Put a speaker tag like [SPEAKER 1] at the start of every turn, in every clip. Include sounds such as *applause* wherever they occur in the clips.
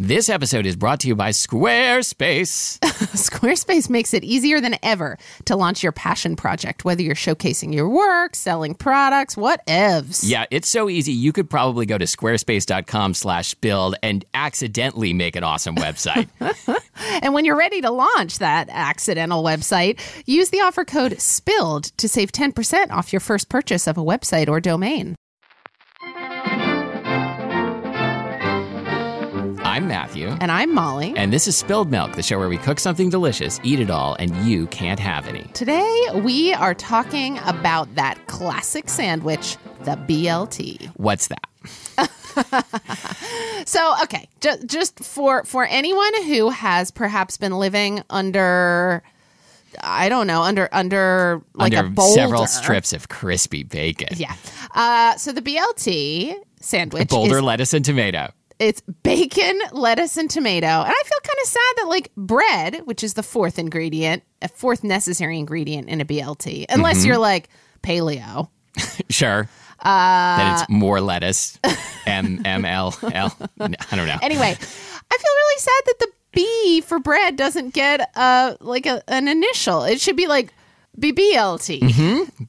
[SPEAKER 1] This episode is brought to you by Squarespace.
[SPEAKER 2] *laughs* Squarespace makes it easier than ever to launch your passion project, whether you're showcasing your work, selling products, whatevs.
[SPEAKER 1] Yeah, it's so easy. You could probably go to squarespace.com slash build and accidentally make an awesome website.
[SPEAKER 2] And when you're ready to launch that accidental website, use the offer code SPILLED to save 10% off your first purchase of a website or domain.
[SPEAKER 1] I'm Matthew,
[SPEAKER 2] And I'm Molly.
[SPEAKER 1] and this is Spilled Milk, the show where we cook something delicious, eat it all, and you can't have any.
[SPEAKER 2] Today, we are talking about that classic sandwich, the BLT.
[SPEAKER 1] What's that?
[SPEAKER 2] So, okay, ju- just for for anyone who has perhaps been living under I don't know, under under like a
[SPEAKER 1] Under
[SPEAKER 2] boulder.
[SPEAKER 1] several strips of crispy bacon,
[SPEAKER 2] Yeah. Uh, so the BLT sandwich is
[SPEAKER 1] boulder lettuce and tomato.
[SPEAKER 2] it's bacon, lettuce, and tomato. And I feel kind of sad that like bread, which is the fourth ingredient, a fourth necessary ingredient in a BLT, unless
[SPEAKER 1] Mm-hmm.
[SPEAKER 2] you're like paleo.
[SPEAKER 1] Sure. Uh, that it's more lettuce. M M L L. I don't know.
[SPEAKER 2] Anyway, I feel really sad that the B for bread doesn't get uh like a, an initial. It should be like BBLT,
[SPEAKER 1] B Mm-hmm.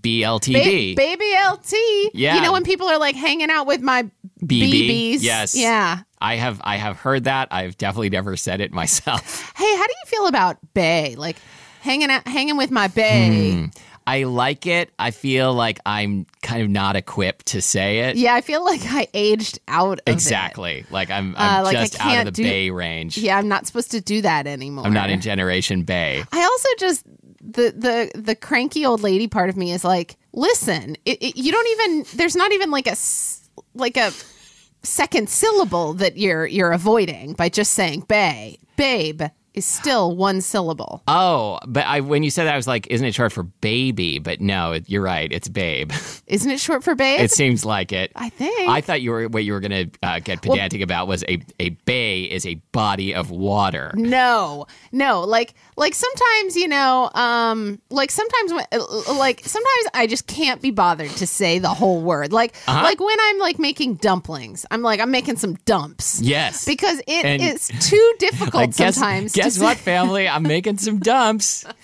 [SPEAKER 1] B L T
[SPEAKER 2] Ba-
[SPEAKER 1] D.
[SPEAKER 2] baby LT.
[SPEAKER 1] Yeah.
[SPEAKER 2] you know when people are like hanging out with my
[SPEAKER 1] BB.
[SPEAKER 2] BBs.
[SPEAKER 1] Yes.
[SPEAKER 2] yeah.
[SPEAKER 1] I have I have heard that. I've definitely never said it myself.
[SPEAKER 2] Hey, how do you feel about bay? Like hanging out, hanging with my bay.
[SPEAKER 1] Hmm. I like it. I feel like I'm kind of not equipped to say it.
[SPEAKER 2] Yeah, I feel like I aged out of It.
[SPEAKER 1] Exactly. Like I'm I'm
[SPEAKER 2] Uh, like I
[SPEAKER 1] just out
[SPEAKER 2] can't
[SPEAKER 1] of the
[SPEAKER 2] do-
[SPEAKER 1] bay range.
[SPEAKER 2] Yeah, I'm not supposed to do that anymore.
[SPEAKER 1] I'm not in Generation Bay.
[SPEAKER 2] I also just the the the cranky old lady part of me is like, listen, it, it, you don't even there's not even like a s- like a second syllable that you're you're avoiding by just saying bay. Babe is still one syllable.
[SPEAKER 1] Oh, but I when you said that I was like, isn't it short for baby? But no, it, you're right. It's babe. *laughs*
[SPEAKER 2] Isn't it short for babe?
[SPEAKER 1] it seems like it.
[SPEAKER 2] I think.
[SPEAKER 1] I thought you were what you were going to uh, get pedantic about was a a bay is a body of water.
[SPEAKER 2] No, no. Like, like sometimes you know, um, like sometimes when, like sometimes I just can't be bothered to say the whole word. Like,
[SPEAKER 1] Uh-huh.
[SPEAKER 2] like when I'm like making dumplings, I'm like I'm making some dumps.
[SPEAKER 1] Yes.
[SPEAKER 2] because it
[SPEAKER 1] And- *laughs*
[SPEAKER 2] is too difficult
[SPEAKER 1] Like, guess,
[SPEAKER 2] sometimes. to
[SPEAKER 1] Guess
[SPEAKER 2] say- *laughs*
[SPEAKER 1] what, family? I'm making some dumps. *laughs*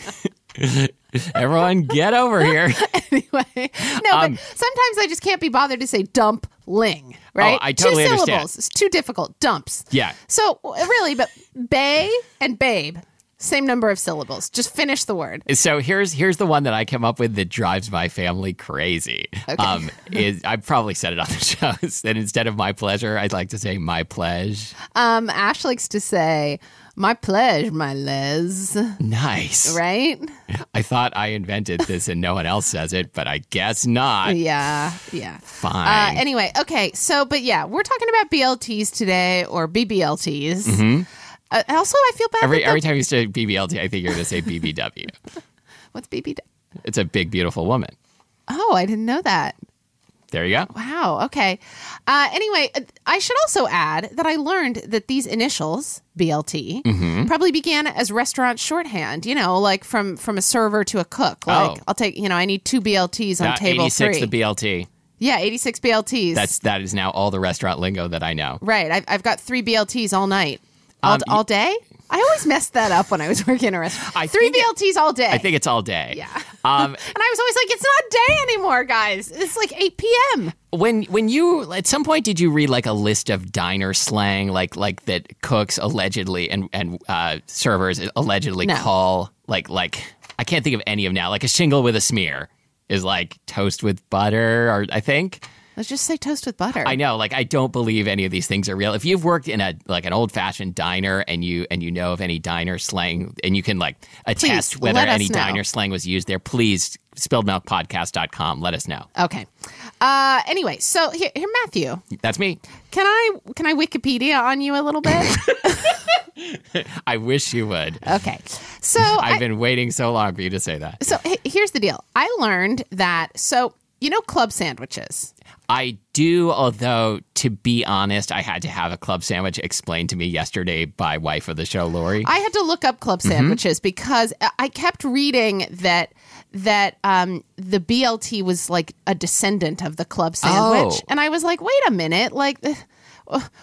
[SPEAKER 1] Everyone, get over here.
[SPEAKER 2] Anyway, no, but
[SPEAKER 1] Um,
[SPEAKER 2] sometimes I just can't be bothered to say dumpling. Right?
[SPEAKER 1] Oh, I totally
[SPEAKER 2] Two
[SPEAKER 1] understand.
[SPEAKER 2] syllables. It's too difficult. Dumps.
[SPEAKER 1] Yeah.
[SPEAKER 2] So really, but bay and babe, same number of syllables. Just finish the word.
[SPEAKER 1] So here's here's the one that I came up with that drives my family crazy. Um, is I probably said it on the *laughs* shows, and instead of my pleasure, I'd like to say my pledge.
[SPEAKER 2] Um, Ash likes to say, "My pledge, my les,"
[SPEAKER 1] Nice.
[SPEAKER 2] right?
[SPEAKER 1] I thought I invented this, and no one else says it, but I guess not.
[SPEAKER 2] yeah, yeah. Uh,
[SPEAKER 1] Fine.
[SPEAKER 2] anyway, okay. So, but yeah, we're talking about BLTs today or BBLTs. Uh, also, I feel bad.
[SPEAKER 1] Mm-hmm. Every
[SPEAKER 2] that
[SPEAKER 1] every time you say BBLT, I think you're going to say BBW.
[SPEAKER 2] the- what's BB?
[SPEAKER 1] It's a big, beautiful woman.
[SPEAKER 2] Oh, I didn't know that.
[SPEAKER 1] There you go.
[SPEAKER 2] Wow. Okay. Uh, anyway, I should also add that I learned that these initials BLT
[SPEAKER 1] Mm-hmm.
[SPEAKER 2] probably began as restaurant shorthand. You know, like from from a server to a cook. Like
[SPEAKER 1] Oh.
[SPEAKER 2] I'll take you know I need two BLTs on
[SPEAKER 1] Uh,
[SPEAKER 2] table
[SPEAKER 1] 86
[SPEAKER 2] three.
[SPEAKER 1] the BLT.
[SPEAKER 2] yeah, eighty six BLTs.
[SPEAKER 1] That's that is now all the restaurant lingo that I know.
[SPEAKER 2] right. I've, I've got three BLTs all night, all,
[SPEAKER 1] Um, y-
[SPEAKER 2] all day. I always messed that up when I was working in a restaurant.
[SPEAKER 1] I
[SPEAKER 2] three
[SPEAKER 1] think it-
[SPEAKER 2] BLTs all day.
[SPEAKER 1] I think it's all day.
[SPEAKER 2] Yeah.
[SPEAKER 1] *laughs* Um,
[SPEAKER 2] and I was always like, it's not day anymore, guys. It's like 8 p.m.
[SPEAKER 1] when when you at some point did you read like a list of diner slang like like that cooks allegedly and and uh, servers allegedly
[SPEAKER 2] No.
[SPEAKER 1] call like like I can't think of any of now like a shingle with a smear is like toast with butter or I think
[SPEAKER 2] Let's just say toast with butter.
[SPEAKER 1] I know like I don't believe any of these things are real. If you've worked in a like an old fashioned diner and you and you know of any diner slang and you can like attest
[SPEAKER 2] Please,
[SPEAKER 1] whether
[SPEAKER 2] let us
[SPEAKER 1] any
[SPEAKER 2] know.
[SPEAKER 1] diner slang was used there, please spilledmilkpodcast.com let us know.
[SPEAKER 2] Okay. Uh, anyway, so here, here, Matthew,
[SPEAKER 1] That's me.
[SPEAKER 2] can I can I Wikipedia on you a little
[SPEAKER 1] *laughs*
[SPEAKER 2] bit?
[SPEAKER 1] I wish you would.
[SPEAKER 2] okay. So Oh, I,
[SPEAKER 1] I've been waiting so long for you to say that.
[SPEAKER 2] so he- here's the deal. I learned that so you know club sandwiches.
[SPEAKER 1] I do, although to be honest, I had to have a club sandwich explained to me yesterday by wife of the show Lori.
[SPEAKER 2] I had to look up club
[SPEAKER 1] Mm-hmm.
[SPEAKER 2] sandwiches because I- I kept reading that that um, the BLT was like a descendant of the club sandwich,
[SPEAKER 1] Oh.
[SPEAKER 2] and I was like, wait a minute, like. uh,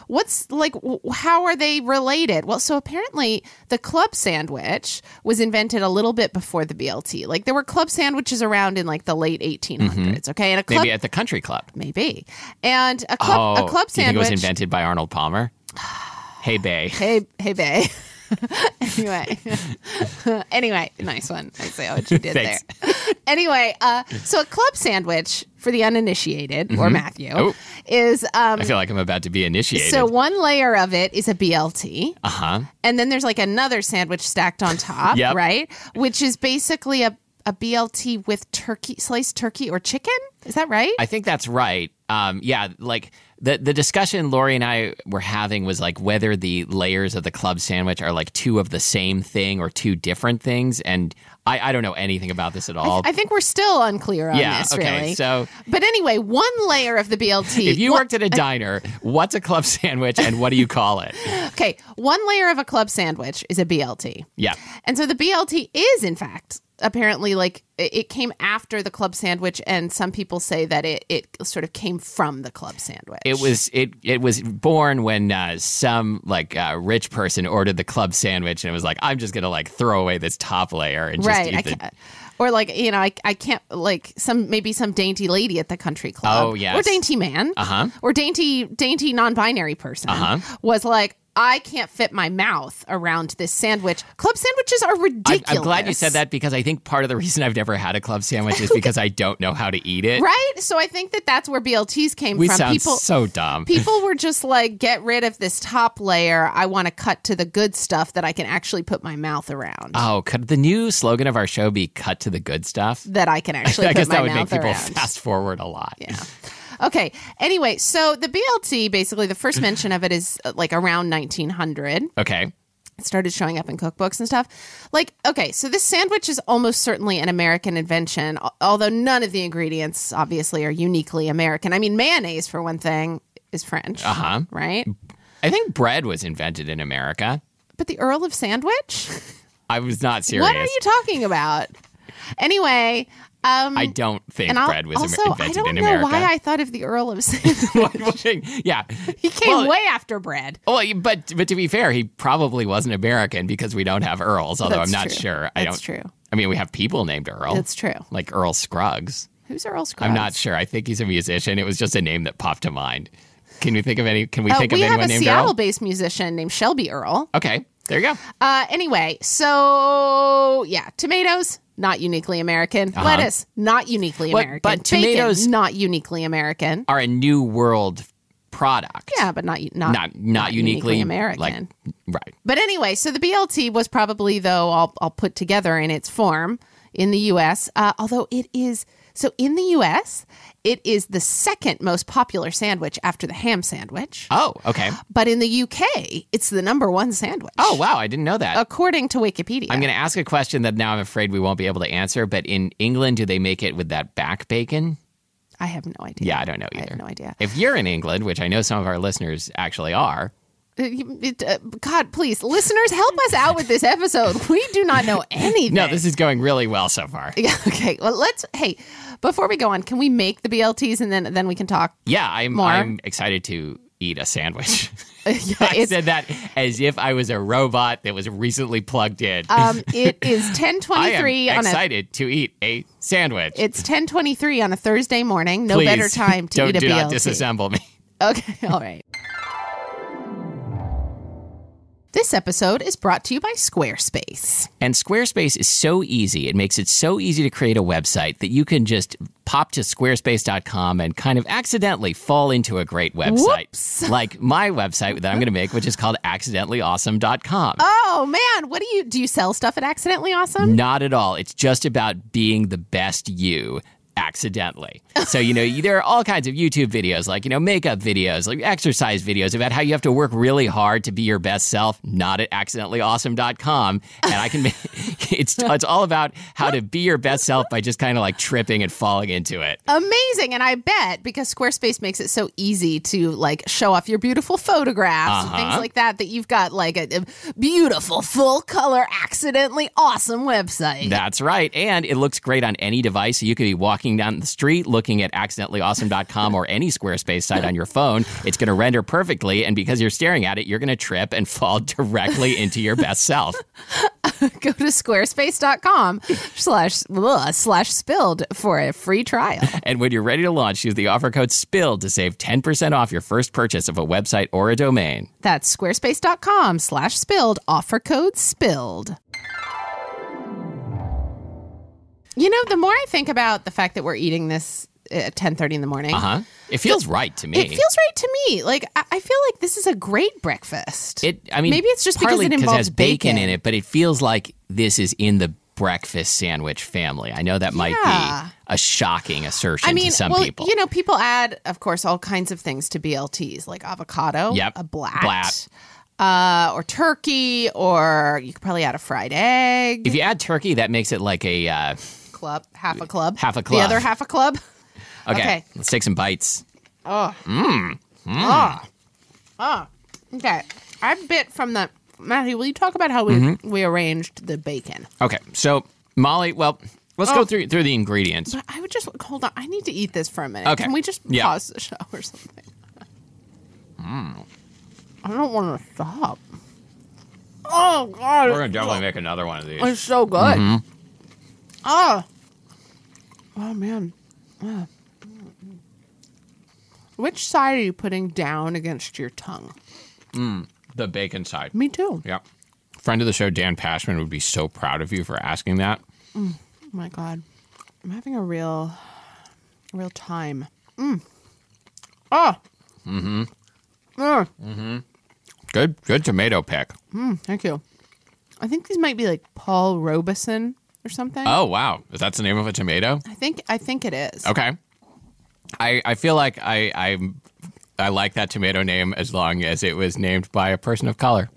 [SPEAKER 2] What's like, w- how are they related? Well, so apparently the club sandwich was invented a little bit before the BLT. Like, there were club sandwiches around in like the late 1800s, okay? And a club,
[SPEAKER 1] Mm-hmm. Maybe
[SPEAKER 2] maybe.
[SPEAKER 1] at the country club.
[SPEAKER 2] And a club,
[SPEAKER 1] oh,
[SPEAKER 2] a club
[SPEAKER 1] do you think it was
[SPEAKER 2] sandwich.
[SPEAKER 1] invented by Arnold Palmer? hey, Bay.
[SPEAKER 2] Hey, hey, Bay. *laughs* anyway, *laughs* anyway, nice one. I see what you did
[SPEAKER 1] Thanks.
[SPEAKER 2] there. *laughs* Anyway, uh, so a club sandwich for the uninitiated or Matthew
[SPEAKER 1] Oh.
[SPEAKER 2] is um,
[SPEAKER 1] I feel like I'm about to be initiated.
[SPEAKER 2] so one layer of it is a BLT,
[SPEAKER 1] uh huh.
[SPEAKER 2] and then there's like another sandwich stacked on top,
[SPEAKER 1] Yep.
[SPEAKER 2] right? Which is basically a a BLT with turkey, sliced turkey or chicken. Is that right?
[SPEAKER 1] I think that's right. Um, yeah, like the the discussion Lori and I were having was like whether the layers of the club sandwich are like two of the same thing or two different things, and I, I don't know anything about this at all.
[SPEAKER 2] I think we're still unclear on
[SPEAKER 1] yeah,
[SPEAKER 2] this,
[SPEAKER 1] okay.
[SPEAKER 2] really.
[SPEAKER 1] So
[SPEAKER 2] but anyway, one layer of the BLT.
[SPEAKER 1] if you
[SPEAKER 2] one-
[SPEAKER 1] worked at a diner, what's a club sandwich and what do you call it?
[SPEAKER 2] Okay, one layer of a club sandwich is a BLT.
[SPEAKER 1] Yeah.
[SPEAKER 2] And so the BLT is, in fact, apparently like it it came after the club sandwich, and some people say that it, it sort of came from the club sandwich.
[SPEAKER 1] It was it it was born when uh, some like uh, rich person ordered the club sandwich and it was like I'm just gonna like throw away this top layer and just
[SPEAKER 2] right. I
[SPEAKER 1] eat the
[SPEAKER 2] can't, or like you know, I, I can't like some maybe some dainty lady at the country club.
[SPEAKER 1] Oh, yes.
[SPEAKER 2] Or dainty man. Uh
[SPEAKER 1] Uh-huh.
[SPEAKER 2] Or dainty dainty non-binary person.
[SPEAKER 1] Uh-huh.
[SPEAKER 2] Was like. I can't fit my mouth around this sandwich. Club sandwiches are
[SPEAKER 1] I'm,
[SPEAKER 2] ridiculous.
[SPEAKER 1] I'm glad you said that because I think part of the reason I've never had a club
[SPEAKER 2] *laughs*
[SPEAKER 1] sandwich is because I don't know how to eat it.
[SPEAKER 2] Right? So I think that that's where BLTs came
[SPEAKER 1] We
[SPEAKER 2] from.
[SPEAKER 1] sound
[SPEAKER 2] People
[SPEAKER 1] so *laughs* dumb.
[SPEAKER 2] people were just like, get rid of this top layer. I want to cut to the good stuff that I can actually put my mouth around.
[SPEAKER 1] oh, could the new slogan of our show be "Cut to the good stuff"?
[SPEAKER 2] that I can actually
[SPEAKER 1] I
[SPEAKER 2] put
[SPEAKER 1] guess
[SPEAKER 2] my
[SPEAKER 1] that would make
[SPEAKER 2] mouth
[SPEAKER 1] people
[SPEAKER 2] around.
[SPEAKER 1] fast forward a lot.
[SPEAKER 2] Yeah. Okay. Anyway, so the BLT, basically, the first mention of it is uh, like around 1900.
[SPEAKER 1] Okay.
[SPEAKER 2] It started showing up in cookbooks and stuff. Like, okay, so this sandwich is almost certainly an American invention, al- although none of the ingredients obviously are uniquely American. I mean, mayonnaise, for one thing, is French. Uh
[SPEAKER 1] Uh-huh.
[SPEAKER 2] Right?
[SPEAKER 1] I think bread was invented in America.
[SPEAKER 2] But the Earl of Sandwich?
[SPEAKER 1] I was not serious.
[SPEAKER 2] What are you talking about? Anyway, um,
[SPEAKER 1] I don't think
[SPEAKER 2] and I'll-
[SPEAKER 1] bread was Amer-
[SPEAKER 2] also I
[SPEAKER 1] invented
[SPEAKER 2] don't
[SPEAKER 1] in
[SPEAKER 2] know
[SPEAKER 1] America. *laughs*
[SPEAKER 2] why I thought of the Earl of Sandwich.
[SPEAKER 1] yeah.
[SPEAKER 2] *laughs* he came
[SPEAKER 1] Well,
[SPEAKER 2] way after bread.
[SPEAKER 1] Well, you- but but to be fair, he probably wasn't American because we don't have earls. Although
[SPEAKER 2] That's
[SPEAKER 1] I'm not
[SPEAKER 2] true.
[SPEAKER 1] sure. I
[SPEAKER 2] That's
[SPEAKER 1] don't.
[SPEAKER 2] true.
[SPEAKER 1] I mean, we have people named Earl.
[SPEAKER 2] That's true.
[SPEAKER 1] Like Earl Scruggs.
[SPEAKER 2] Who's Earl Scruggs?
[SPEAKER 1] I'm not sure. I think he's a musician. It was just a name that popped to mind. Can you think of any? Can we
[SPEAKER 2] Uh,
[SPEAKER 1] think of
[SPEAKER 2] we have
[SPEAKER 1] anyone
[SPEAKER 2] a
[SPEAKER 1] named Earl?
[SPEAKER 2] Seattle-based musician named Shelby Earl.
[SPEAKER 1] Okay, there you go.
[SPEAKER 2] Uh, anyway, so yeah, tomatoes not uniquely American.
[SPEAKER 1] Uh-huh.
[SPEAKER 2] Lettuce not uniquely
[SPEAKER 1] But-
[SPEAKER 2] American.
[SPEAKER 1] but
[SPEAKER 2] Bacon,
[SPEAKER 1] tomatoes-
[SPEAKER 2] not uniquely American.
[SPEAKER 1] Are a new world product.
[SPEAKER 2] Yeah, but not not
[SPEAKER 1] not not, uniquely,
[SPEAKER 2] American.
[SPEAKER 1] Like, right.
[SPEAKER 2] But anyway, so the BLT was probably, though, all, all put together in its form in the US, uh, although it is, so in the US, it is the second most popular sandwich after the ham sandwich.
[SPEAKER 1] Oh, okay.
[SPEAKER 2] But in the UK, it's the number one sandwich.
[SPEAKER 1] Oh, wow. I didn't know that.
[SPEAKER 2] According to Wikipedia.
[SPEAKER 1] I'm going to ask a question that now I'm afraid we won't be able to answer. But in England, do they make it with that back bacon?
[SPEAKER 2] I have no idea.
[SPEAKER 1] Yeah, I don't know
[SPEAKER 2] I
[SPEAKER 1] either.
[SPEAKER 2] have no idea.
[SPEAKER 1] If you're in England, which I know some of our listeners actually are,
[SPEAKER 2] Uh, you- it, uh, God, please, listeners, help us out with this episode. We do not know anything. *laughs*
[SPEAKER 1] *laughs* no, this is going really well so far.
[SPEAKER 2] Yeah, okay. Well, let's. Hey, before we go on, can we make the BLTs and then then we can talk? *laughs*
[SPEAKER 1] Yeah, I'm
[SPEAKER 2] More?
[SPEAKER 1] I'm excited to eat
[SPEAKER 2] *laughs*
[SPEAKER 1] a sandwich.
[SPEAKER 2] Yeah,
[SPEAKER 1] *laughs* I
[SPEAKER 2] it's,
[SPEAKER 1] said that as if I was a robot that was recently plugged in. *laughs*
[SPEAKER 2] um, it is ten
[SPEAKER 1] I
[SPEAKER 2] twenty
[SPEAKER 1] am
[SPEAKER 2] E three on a.
[SPEAKER 1] excited to eat a sandwich.
[SPEAKER 2] It's ten twenty three on a Thursday morning. No
[SPEAKER 1] Please,
[SPEAKER 2] better time to
[SPEAKER 1] *laughs* don't,
[SPEAKER 2] eat a
[SPEAKER 1] do not
[SPEAKER 2] BLT.
[SPEAKER 1] disassemble me.
[SPEAKER 2] Okay, *laughs* all right. This episode is brought to you by Squarespace.
[SPEAKER 1] And Squarespace is so easy. It makes it so easy to create a website that you can just pop to squarespace.com and kind of accidentally fall into a great website. Like my website that I'm going to make, which is called accidentallyawesome.com.
[SPEAKER 2] Oh man, what do you do? You sell stuff at Accidentally Awesome?
[SPEAKER 1] Not at all. It's just about being the best you accidentally. So, you know, *laughs* there are all kinds of YouTube videos, like, you know, makeup videos, like exercise videos about how you have to work really hard to be your best self, not at accidentallyawesome.com. And I can, *laughs* it's, it's all about how to be your best self by just kind of like tripping and falling into it.
[SPEAKER 2] Amazing, and I bet because Squarespace makes it so easy to like show off your beautiful photographs and
[SPEAKER 1] Uh-huh.
[SPEAKER 2] things like that. That you've got like a, a beautiful full color, accidentally awesome website.
[SPEAKER 1] That's right. And it looks great on any device. So you could be walking down the street looking at accidentallyawesome.com or any Squarespace site on your phone. It's going to render perfectly. And because you're staring at it, you're going to trip and *laughs* fall directly into your best self.
[SPEAKER 2] *laughs* Go to squarespace.com slash blah, slash spilled for a free trial.
[SPEAKER 1] And when you're ready to launch, use the offer code SPILL to save 10% off your first purchase of a website or a domain.
[SPEAKER 2] That's squarespace.com slash spilled, offer code spilled. You know, the more I think about the fact that we're eating this at 10.30 in the morning,
[SPEAKER 1] Uh huh. It feels right to me.
[SPEAKER 2] it feels right to me. Like, I, I feel like this is a great breakfast.
[SPEAKER 1] It- I mean,
[SPEAKER 2] Maybe it's just because
[SPEAKER 1] partly
[SPEAKER 2] it
[SPEAKER 1] it
[SPEAKER 2] involves
[SPEAKER 1] has
[SPEAKER 2] bacon.
[SPEAKER 1] bacon, in it, but it feels like this is in the breakfast sandwich family. I know that might
[SPEAKER 2] Yeah.
[SPEAKER 1] be a shocking assertion
[SPEAKER 2] I mean,
[SPEAKER 1] to some
[SPEAKER 2] well,
[SPEAKER 1] people.
[SPEAKER 2] you know, people add, of course, all kinds of things to BLTs, like avocado,
[SPEAKER 1] Yep.
[SPEAKER 2] a blat,
[SPEAKER 1] Blat.
[SPEAKER 2] Uh, or turkey, or you could probably add a fried egg,
[SPEAKER 1] If you add turkey, that makes it like a uh,
[SPEAKER 2] club, half a club,
[SPEAKER 1] Half a
[SPEAKER 2] the
[SPEAKER 1] club.
[SPEAKER 2] other half a club. *laughs*
[SPEAKER 1] okay,
[SPEAKER 2] Okay.
[SPEAKER 1] Let's take some bites.
[SPEAKER 2] Okay, I bit from the Matthew. Will you talk about how we
[SPEAKER 1] Mm-hmm.
[SPEAKER 2] we arranged the bacon?
[SPEAKER 1] Okay, so Molly, well, let's
[SPEAKER 2] Oh.
[SPEAKER 1] go through through the ingredients.
[SPEAKER 2] But I would just hold on. I need to eat this for a minute.
[SPEAKER 1] Okay.
[SPEAKER 2] Can we just
[SPEAKER 1] Yeah. Mm.
[SPEAKER 2] pause the show or something? I don't want to stop. Oh God,
[SPEAKER 1] We're gonna definitely make another one of these.
[SPEAKER 2] It's so good.
[SPEAKER 1] Mm-hmm.
[SPEAKER 2] Oh. Oh man. Ah. Which side are you putting down against your tongue?
[SPEAKER 1] The bacon side.
[SPEAKER 2] Me too.
[SPEAKER 1] Yeah. Friend of the show Dan Pashman would be so proud of you for asking that.
[SPEAKER 2] Oh my god. I'm having a real real time. Mm. Oh. Mm-hmm.
[SPEAKER 1] Good, good tomato pick.
[SPEAKER 2] Mm, thank you. I think these might be like Paul Robeson or something.
[SPEAKER 1] Oh wow, is that the name of a tomato?
[SPEAKER 2] I think I think it is.
[SPEAKER 1] Okay. I I feel like I I I like that tomato name as long as it was named by a person of color.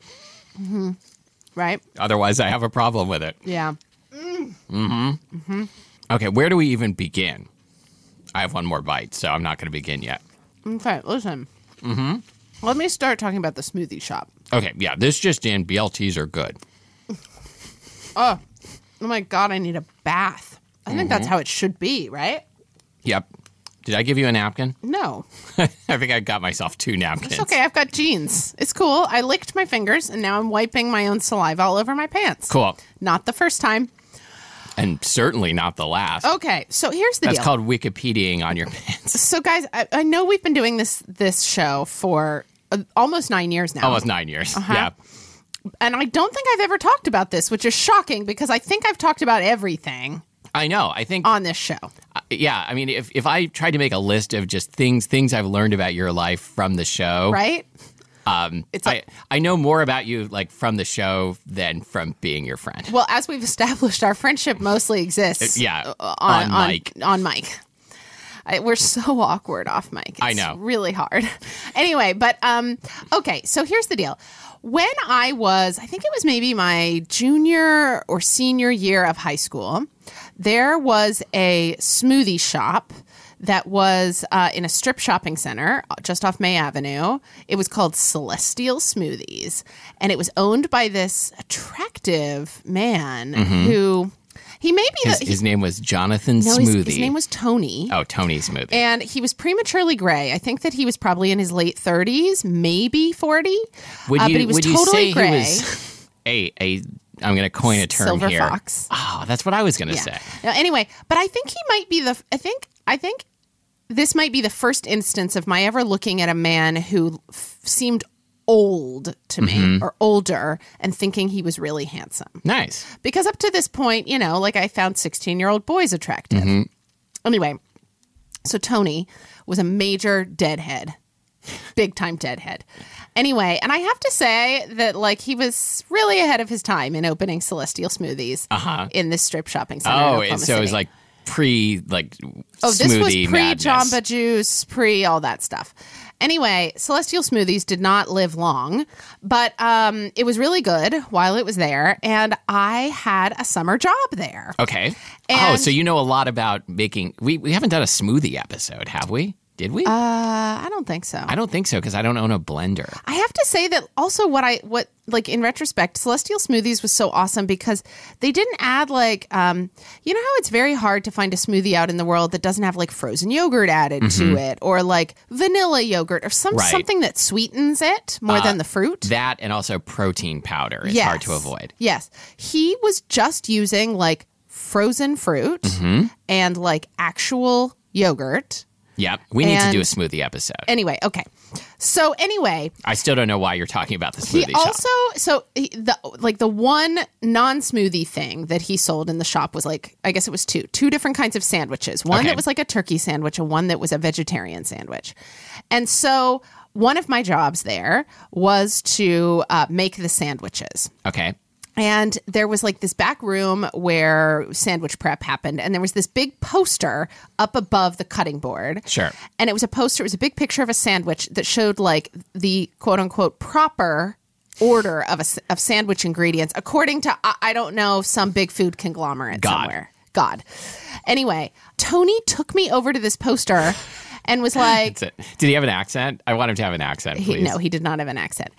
[SPEAKER 2] Right?
[SPEAKER 1] Otherwise, I have a problem with it.
[SPEAKER 2] Yeah.
[SPEAKER 1] Okay, where do we even begin? I have one more bite, so I'm not going to begin yet.
[SPEAKER 2] Okay, listen. Mm-hmm. Let me start talking about the smoothie shop.
[SPEAKER 1] Okay, yeah, this just in BLTs are good.
[SPEAKER 2] Oh my god, I need a bath. I think
[SPEAKER 1] Mm-hmm.
[SPEAKER 2] that's how it should be, right?
[SPEAKER 1] Yep. Did I give you a napkin? *laughs*
[SPEAKER 2] No.
[SPEAKER 1] I think I got myself two napkins.
[SPEAKER 2] It's okay, I've got jeans. It's cool. I licked my fingers and now I'm wiping my own saliva all over my pants.
[SPEAKER 1] Cool.
[SPEAKER 2] Not the first time.
[SPEAKER 1] And certainly not the last.
[SPEAKER 2] Okay, so here's the
[SPEAKER 1] That's
[SPEAKER 2] Oh, deal.
[SPEAKER 1] called Wikipediaing on your *laughs* pants.
[SPEAKER 2] so guys, I, I know we've been doing this this show for uh, almost 9 years now.
[SPEAKER 1] Almost nine years.
[SPEAKER 2] Uh-huh.
[SPEAKER 1] Yeah.
[SPEAKER 2] And I don't think I've ever talked about this, which is shocking because I think I've talked about everything
[SPEAKER 1] I know. I think
[SPEAKER 2] on this show.
[SPEAKER 1] Uh, yeah i mean if, if i tried to make a list of just things things i've learned about your life from the show
[SPEAKER 2] Right?
[SPEAKER 1] um
[SPEAKER 2] It's
[SPEAKER 1] I, I know more about you like from the show than from being your friend
[SPEAKER 2] Well, as we've established, our friendship mostly exists.
[SPEAKER 1] yeah,
[SPEAKER 2] uh,
[SPEAKER 1] on mic.
[SPEAKER 2] On, on mic. I, we're so awkward off mic. It's
[SPEAKER 1] I know.
[SPEAKER 2] really hard. *laughs* anyway, but um, okay. So here's the deal. When I was, I think it was maybe my junior or senior year of high school, there was a smoothie shop that was uh, in a strip shopping center uh, just off May Avenue. It was called Celestial Smoothies, and it was owned by this attractive man who he may be
[SPEAKER 1] Mm-hmm. His,
[SPEAKER 2] the,
[SPEAKER 1] his name was Jonathan
[SPEAKER 2] no,
[SPEAKER 1] Smoothie.
[SPEAKER 2] his, his name was Tony.
[SPEAKER 1] oh, Tony Smoothie.
[SPEAKER 2] And he was prematurely gray. I think that he was probably in his late 30s, maybe 40.
[SPEAKER 1] would
[SPEAKER 2] uh,
[SPEAKER 1] you
[SPEAKER 2] but he was
[SPEAKER 1] would
[SPEAKER 2] totally
[SPEAKER 1] you say
[SPEAKER 2] gray.
[SPEAKER 1] he was *laughs* a a I'm going to coin a term
[SPEAKER 2] Silver
[SPEAKER 1] here.
[SPEAKER 2] fox.
[SPEAKER 1] Oh, that's what I was going to say.
[SPEAKER 2] No, anyway, but I think he might be the. I think I think this might be the first instance of my ever looking at a man who f- seemed old to me
[SPEAKER 1] Mm-hmm.
[SPEAKER 2] or older and thinking he was really handsome.
[SPEAKER 1] Nice.
[SPEAKER 2] Because up to this point, you know, like I found sixteen-year-old boys attractive.
[SPEAKER 1] Mm-hmm.
[SPEAKER 2] Anyway, so Tony was a major deadhead. Big time deadhead. Anyway, and I have to say that like he was really ahead of his time in opening Celestial Smoothies in this strip shopping center. in
[SPEAKER 1] Uh-huh. Oh,
[SPEAKER 2] Oklahoma
[SPEAKER 1] so it was
[SPEAKER 2] City.
[SPEAKER 1] like pre like
[SPEAKER 2] Oh,
[SPEAKER 1] smoothie
[SPEAKER 2] this was pre
[SPEAKER 1] madness.
[SPEAKER 2] Jamba Juice, pre all that stuff. Anyway, Celestial Smoothies did not live long, but um, it was really good while it was there, and I had a summer job there.
[SPEAKER 1] Okay. oh,
[SPEAKER 2] And-
[SPEAKER 1] so you know a lot about making. We we haven't done a smoothie episode, have we? Did we?
[SPEAKER 2] Uh, I don't think so.
[SPEAKER 1] I don't think so because I don't own a blender.
[SPEAKER 2] I have to say that also what I what like in retrospect, Celestial Smoothies was so awesome because they didn't add like um you know how it's very hard to find a smoothie out in the world that doesn't have like frozen yogurt added to it or like vanilla yogurt or some
[SPEAKER 1] Mm-hmm. Right. Uh,
[SPEAKER 2] something that sweetens it more than the fruit.
[SPEAKER 1] That and also protein powder is hard to
[SPEAKER 2] Yes.
[SPEAKER 1] avoid.
[SPEAKER 2] Yes. He was just using like frozen fruit
[SPEAKER 1] Mm-hmm.
[SPEAKER 2] and like actual yogurt.
[SPEAKER 1] Yep. We need to do a
[SPEAKER 2] And-
[SPEAKER 1] smoothie episode.
[SPEAKER 2] Anyway, okay. So anyway,
[SPEAKER 1] I still don't know why you're talking about the smoothie
[SPEAKER 2] he
[SPEAKER 1] shop.
[SPEAKER 2] also so he, the like the one non-smoothie thing that he sold in the shop was like i guess it was two two different kinds of sandwiches one
[SPEAKER 1] Okay.
[SPEAKER 2] that was like a turkey sandwich and one that was a vegetarian sandwich and so one of my jobs there was to uh, make the sandwiches
[SPEAKER 1] Okay.
[SPEAKER 2] and there was like this back room where sandwich prep happened and there was this big poster up above the cutting board
[SPEAKER 1] Sure.
[SPEAKER 2] and it was a poster it was a big picture of a sandwich that showed like the quote unquote proper order of a s- of sandwich ingredients according to I, I don't know some big food conglomerate
[SPEAKER 1] God.
[SPEAKER 2] somewhere god anyway tony took me over to this poster and was like
[SPEAKER 1] That's it. Did he have an accent? I want him to have an accent, *laughs* please.
[SPEAKER 2] he, no he did not have an accent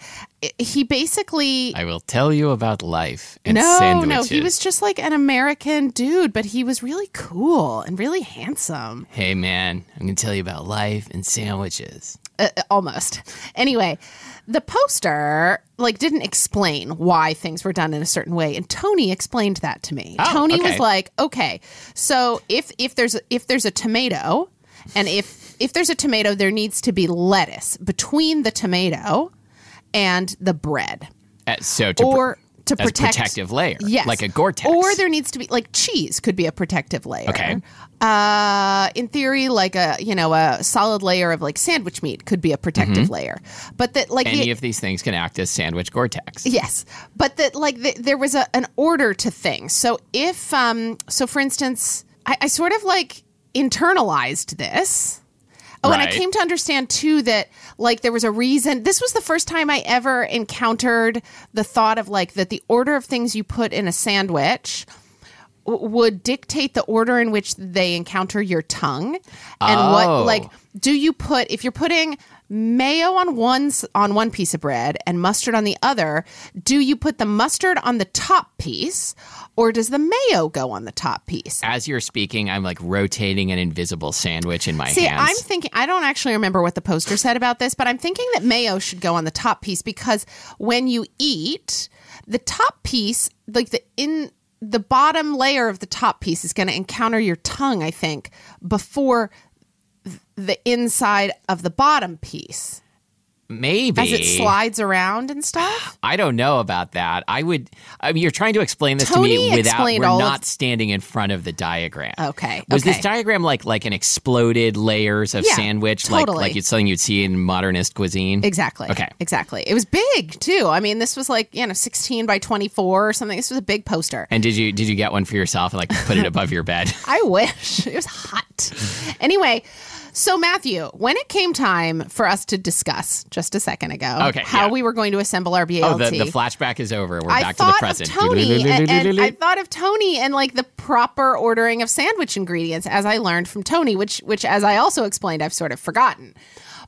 [SPEAKER 2] I- he basically
[SPEAKER 1] I will tell you about life and
[SPEAKER 2] no,
[SPEAKER 1] sandwiches.
[SPEAKER 2] no, he was just like an American dude, but he was really cool and really handsome,
[SPEAKER 1] Hey man, I'm gonna tell you about life and sandwiches.
[SPEAKER 2] uh, uh, almost. Anyway, the poster like didn't explain why things were done in a certain way, and Tony explained that to me.
[SPEAKER 1] Oh,
[SPEAKER 2] Tony
[SPEAKER 1] okay.
[SPEAKER 2] was like, "Okay, so if if there's if there's a tomato, and if if there's a tomato, there needs to be lettuce between the tomato and the bread,
[SPEAKER 1] Uh, so to pr-
[SPEAKER 2] or." To
[SPEAKER 1] as
[SPEAKER 2] protect
[SPEAKER 1] protective layer,
[SPEAKER 2] Yes.
[SPEAKER 1] like a Gore-Tex.
[SPEAKER 2] Or there needs to be like cheese could be a protective layer.
[SPEAKER 1] Okay.
[SPEAKER 2] Uh in theory like a you know a solid layer of like sandwich meat could be a protective layer. But that like
[SPEAKER 1] Mm-hmm. any
[SPEAKER 2] the-
[SPEAKER 1] of these things can act as sandwich Gore-Tex.
[SPEAKER 2] Yes, but that like th there was a, an order to things. So if um, so for instance, I, I sort of like internalized this. Oh, and I
[SPEAKER 1] Right.
[SPEAKER 2] came to understand too that like there was a reason. This was the first time I ever encountered the thought of like that the order of things you put in a sandwich w- would dictate the order in which they encounter your tongue and
[SPEAKER 1] Oh.
[SPEAKER 2] what like do you put if you're putting mayo on one s- on one piece of bread and mustard on the other do you put the mustard on the top piece or does the mayo go on the top piece
[SPEAKER 1] As you're speaking, I'm like rotating an invisible sandwich in my
[SPEAKER 2] See,
[SPEAKER 1] hands.
[SPEAKER 2] I'm thinking, I don't actually remember what the poster said about this, but I'm thinking that mayo should go on the top piece because when you eat, the top piece, like the in the bottom layer of the top piece is going to encounter your tongue, I think, before th- the inside of the bottom piece.
[SPEAKER 1] Maybe
[SPEAKER 2] as it slides around and stuff.
[SPEAKER 1] I don't know about that. I would. I mean, you're trying to explain this to
[SPEAKER 2] Tony
[SPEAKER 1] me without we're
[SPEAKER 2] explained all of-
[SPEAKER 1] not standing in front of the diagram.
[SPEAKER 2] *gasps* Okay,
[SPEAKER 1] Was this
[SPEAKER 2] okay.
[SPEAKER 1] diagram like like an exploded layers of
[SPEAKER 2] Yeah,
[SPEAKER 1] sandwich,
[SPEAKER 2] totally.
[SPEAKER 1] like like it's something you'd see in modernist cuisine?
[SPEAKER 2] Exactly.
[SPEAKER 1] Okay.
[SPEAKER 2] Exactly. It was big too. I mean, this was like you know, sixteen by twenty-four or something. This was a big poster.
[SPEAKER 1] and did you did you get one for yourself and like put it above
[SPEAKER 2] *laughs*
[SPEAKER 1] your bed?
[SPEAKER 2] I wish. It was hot. Anyway, so Matthew, when it came time for us to discuss just a second ago
[SPEAKER 1] Okay,
[SPEAKER 2] how
[SPEAKER 1] yeah.
[SPEAKER 2] we were going to assemble our BLT,
[SPEAKER 1] Oh, the, the flashback is over. We're
[SPEAKER 2] I
[SPEAKER 1] back to the
[SPEAKER 2] thought
[SPEAKER 1] present.
[SPEAKER 2] of Tony and, and I thought of Tony and like the proper ordering of sandwich ingredients as I learned from Tony, which which as I also explained, I've sort of forgotten.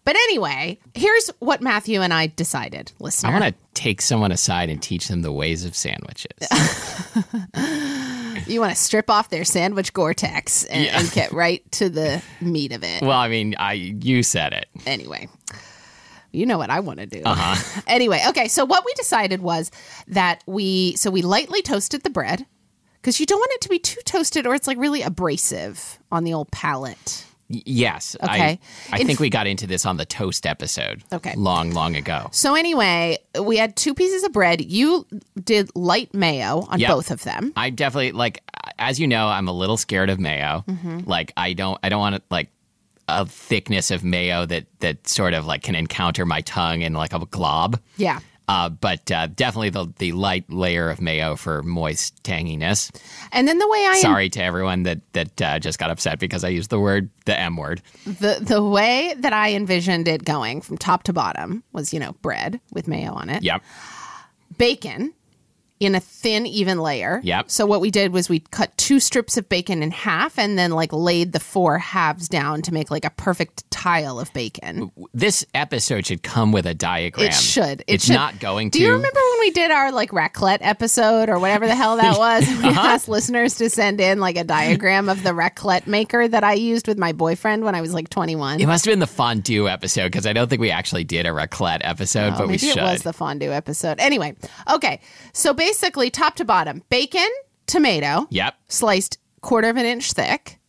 [SPEAKER 2] But anyway, here's what Matthew and I decided, listener.
[SPEAKER 1] I want to take someone aside and teach them the ways
[SPEAKER 2] *laughs*
[SPEAKER 1] of sandwiches.
[SPEAKER 2] you want to strip off their sandwich Gore-Tex and, and get right to the meat of it.
[SPEAKER 1] well, I mean, I you said it.
[SPEAKER 2] anyway you know what i want to do
[SPEAKER 1] Uh-huh.
[SPEAKER 2] *laughs* anyway okay so what we decided was that we so we lightly toasted the bread because you don't want it to be too toasted or it's like really abrasive on the old palate
[SPEAKER 1] Y- yes.
[SPEAKER 2] Okay.
[SPEAKER 1] I, I
[SPEAKER 2] In-
[SPEAKER 1] think we got into this on the toast episode.
[SPEAKER 2] Okay.
[SPEAKER 1] Long, long ago.
[SPEAKER 2] so anyway we had two pieces of bread you did light mayo on
[SPEAKER 1] Yep.
[SPEAKER 2] both of them
[SPEAKER 1] I definitely like, as you know, I'm a little scared of mayo.
[SPEAKER 2] Mm-hmm.
[SPEAKER 1] Like, I don't, I don't want to like a thickness of mayo that that sort of like can encounter my tongue in like a glob.
[SPEAKER 2] yeah
[SPEAKER 1] Uh, but uh, definitely the the light layer of mayo for moist tanginess.
[SPEAKER 2] and then the way i
[SPEAKER 1] Sorry to everyone that that uh, just got upset because I used the word the M word.
[SPEAKER 2] the the way that i envisioned it going from top to bottom was you know bread with mayo on it
[SPEAKER 1] Yep.
[SPEAKER 2] bacon in a thin, even layer.
[SPEAKER 1] Yep.
[SPEAKER 2] So what we did was we cut two strips of bacon in half and then like laid the four halves down to make like a perfect tile of bacon.
[SPEAKER 1] This episode should come with a diagram.
[SPEAKER 2] It should. It
[SPEAKER 1] it's
[SPEAKER 2] should.
[SPEAKER 1] not going
[SPEAKER 2] Do
[SPEAKER 1] to.
[SPEAKER 2] you remember when we did our like raclette episode or whatever the hell
[SPEAKER 1] *laughs*
[SPEAKER 2] that was? *laughs* We
[SPEAKER 1] Uh-huh.
[SPEAKER 2] asked listeners to send in like a diagram of the raclette maker that I used with my boyfriend when I was like 21.
[SPEAKER 1] It must have been the fondue episode because I don't think we actually did a raclette episode, but we
[SPEAKER 2] Oh, Maybe
[SPEAKER 1] should.
[SPEAKER 2] it was the fondue episode. Anyway, okay. So basically, top to bottom, bacon, tomato.
[SPEAKER 1] yep.
[SPEAKER 2] sliced quarter of an inch thick,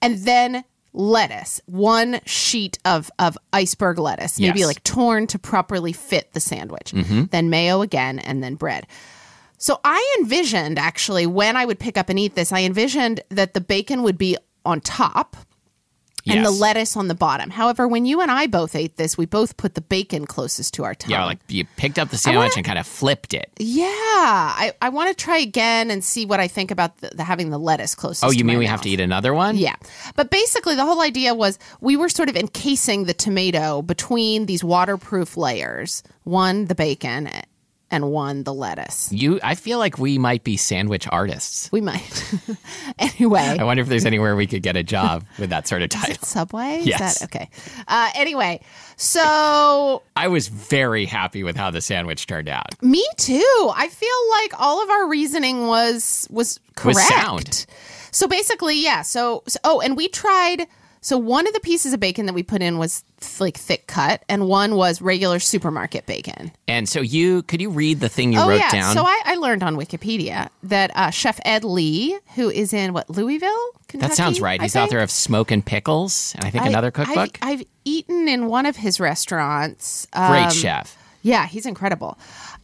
[SPEAKER 2] and then lettuce, one sheet of of iceberg lettuce, maybe
[SPEAKER 1] Yes. Mm-hmm.
[SPEAKER 2] like torn to properly fit the sandwich. Then mayo again, and then bread. So I envisioned actually when I would pick up and eat this, I envisioned that the bacon would be on top and the
[SPEAKER 1] Yes.
[SPEAKER 2] lettuce on the bottom. However, when you and I both ate this, we both put the bacon closest to our tongue.
[SPEAKER 1] Yeah, like you picked up the sandwich and kind of flipped it.
[SPEAKER 2] Yeah, I, I want to try again and see what I think about the, the having the lettuce closest.
[SPEAKER 1] Oh, you
[SPEAKER 2] to my
[SPEAKER 1] mean we
[SPEAKER 2] mouth.
[SPEAKER 1] have to eat another one?
[SPEAKER 2] Yeah. But basically, the whole idea was we were sort of encasing the tomato between these waterproof layers one, the bacon, and one, the lettuce.
[SPEAKER 1] You, I feel like we might be sandwich artists.
[SPEAKER 2] We might. *laughs* anyway.
[SPEAKER 1] I wonder if there's anywhere we could get a job with that sort of title.
[SPEAKER 2] Subway? Is
[SPEAKER 1] Yes.
[SPEAKER 2] that okay? Uh, anyway, so
[SPEAKER 1] I was very happy with how the sandwich turned out.
[SPEAKER 2] me too. I feel like all of our reasoning was was correct.
[SPEAKER 1] sound.
[SPEAKER 2] So basically, yeah. So, so oh, and we tried. So one of the pieces of bacon that we put in was th- like thick cut, and one was regular supermarket bacon.
[SPEAKER 1] And so you, could you read the thing you wrote
[SPEAKER 2] Oh, yeah.
[SPEAKER 1] down?
[SPEAKER 2] So I, I learned on Wikipedia that uh, Chef Ed Lee, who is in what Louisville, Kentucky,
[SPEAKER 1] that sounds right.
[SPEAKER 2] I
[SPEAKER 1] He's
[SPEAKER 2] think?
[SPEAKER 1] author of Smoke and Pickles, and I think
[SPEAKER 2] I-
[SPEAKER 1] another
[SPEAKER 2] I've-
[SPEAKER 1] cookbook.
[SPEAKER 2] I've, eaten in one of his restaurants. Uh,
[SPEAKER 1] Great chef.
[SPEAKER 2] yeah, he's incredible.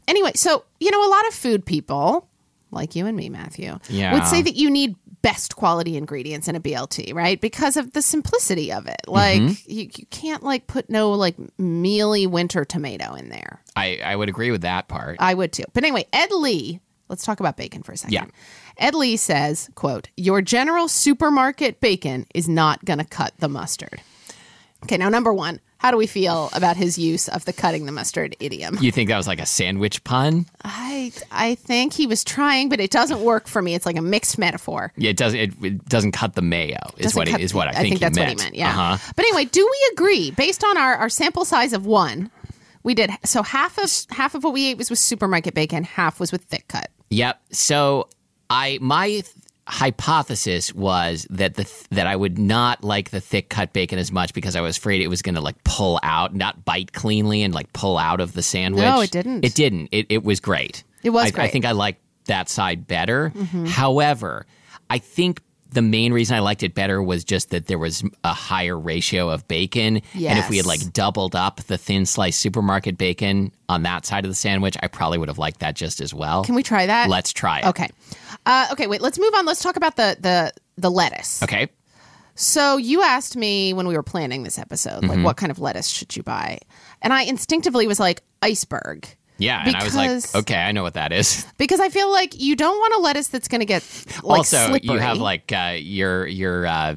[SPEAKER 2] Anyway, so you know, a lot of food people, like you and me, Matthew,
[SPEAKER 1] Yeah.
[SPEAKER 2] would say that you need best quality ingredients in a BLT, right? Because of the simplicity of it. Like
[SPEAKER 1] Mm-hmm.
[SPEAKER 2] you, you can't like put no like mealy winter tomato in there.
[SPEAKER 1] I, I would agree with that part.
[SPEAKER 2] I would too. But anyway, Ed Lee, let's talk about bacon for a second.
[SPEAKER 1] Yeah.
[SPEAKER 2] Ed Lee says, quote, your general supermarket bacon is not going to cut the mustard. Okay, now number 1, how do we feel about his use of the cutting the mustard idiom?
[SPEAKER 1] you think that was like a sandwich pun?
[SPEAKER 2] I I think he was trying, but it doesn't work for me. It's like a mixed metaphor.
[SPEAKER 1] Yeah, it doesn't. It, it doesn't cut the mayo. Is
[SPEAKER 2] Doesn't
[SPEAKER 1] what it,
[SPEAKER 2] cut
[SPEAKER 1] is
[SPEAKER 2] the-
[SPEAKER 1] what I think, he
[SPEAKER 2] that's
[SPEAKER 1] meant.
[SPEAKER 2] what he meant. Yeah.
[SPEAKER 1] Uh-huh.
[SPEAKER 2] But anyway, do we agree based on our, our sample size of one? We did so half of half of what we ate was with supermarket bacon, half was with thick cut.
[SPEAKER 1] Yep. So I my th- hypothesis was that the th- that I would not like the thick cut bacon as much because I was afraid it was going to like pull out, not bite cleanly, and like pull out of the sandwich.
[SPEAKER 2] No, it didn't.
[SPEAKER 1] It didn't. It it was great.
[SPEAKER 2] It was
[SPEAKER 1] I, I
[SPEAKER 2] great. Mm-hmm.
[SPEAKER 1] think I liked that side better. However, I think the main reason I liked it better was just that there was a higher ratio of bacon. And if we
[SPEAKER 2] Yes.
[SPEAKER 1] had like doubled up the thin sliced supermarket bacon on that side of the sandwich, I probably would have liked that just as well.
[SPEAKER 2] Can we try that?
[SPEAKER 1] Let's try it.
[SPEAKER 2] Okay. Uh, okay. Wait. Let's move on. Let's talk about the the the lettuce.
[SPEAKER 1] Okay.
[SPEAKER 2] So you asked me when we were planning this episode,
[SPEAKER 1] Mm-hmm.
[SPEAKER 2] like, what kind of lettuce should you buy? And I instinctively was like, iceberg.
[SPEAKER 1] Yeah. And I was
[SPEAKER 2] Because-
[SPEAKER 1] like, okay, I know what that is.
[SPEAKER 2] Because I feel like you don't want a lettuce that's going to get *laughs* like
[SPEAKER 1] also,
[SPEAKER 2] slippery.
[SPEAKER 1] you have like uh, your your uh,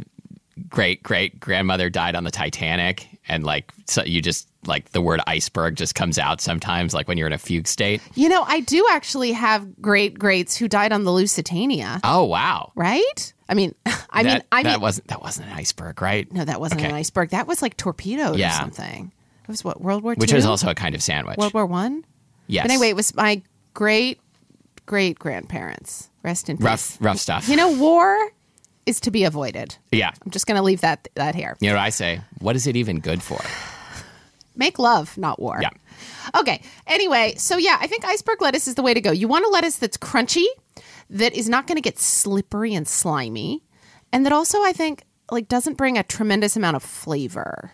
[SPEAKER 1] great great grandmother died on the Titanic, and like so you just like the word iceberg just comes out sometimes, like when you're in a fugue state.
[SPEAKER 2] you know, I do actually have great greats who died on the Lusitania,
[SPEAKER 1] Oh wow,
[SPEAKER 2] right? I mean, *laughs* I mean,
[SPEAKER 1] that,
[SPEAKER 2] I
[SPEAKER 1] that
[SPEAKER 2] mean,
[SPEAKER 1] wasn't that wasn't an iceberg, right?
[SPEAKER 2] no, that wasn't an iceberg. That was like torpedoed
[SPEAKER 1] Yeah.
[SPEAKER 2] or something. It was what World War
[SPEAKER 1] Which
[SPEAKER 2] Two,
[SPEAKER 1] is also a kind of sandwich.
[SPEAKER 2] World War One.
[SPEAKER 1] yes.
[SPEAKER 2] But anyway, it was my great great grandparents. Rest in peace.
[SPEAKER 1] rough rough stuff.
[SPEAKER 2] You know, war is to be avoided.
[SPEAKER 1] yeah.
[SPEAKER 2] I'm just going to leave that that here.
[SPEAKER 1] You know what I say? What is it even good for?
[SPEAKER 2] Make love, not war.
[SPEAKER 1] Yeah.
[SPEAKER 2] Okay. Anyway, so yeah, I think iceberg lettuce is the way to go. You want a lettuce that's crunchy, that is not going to get slippery and slimy, and that also I think like doesn't bring a tremendous amount of flavor.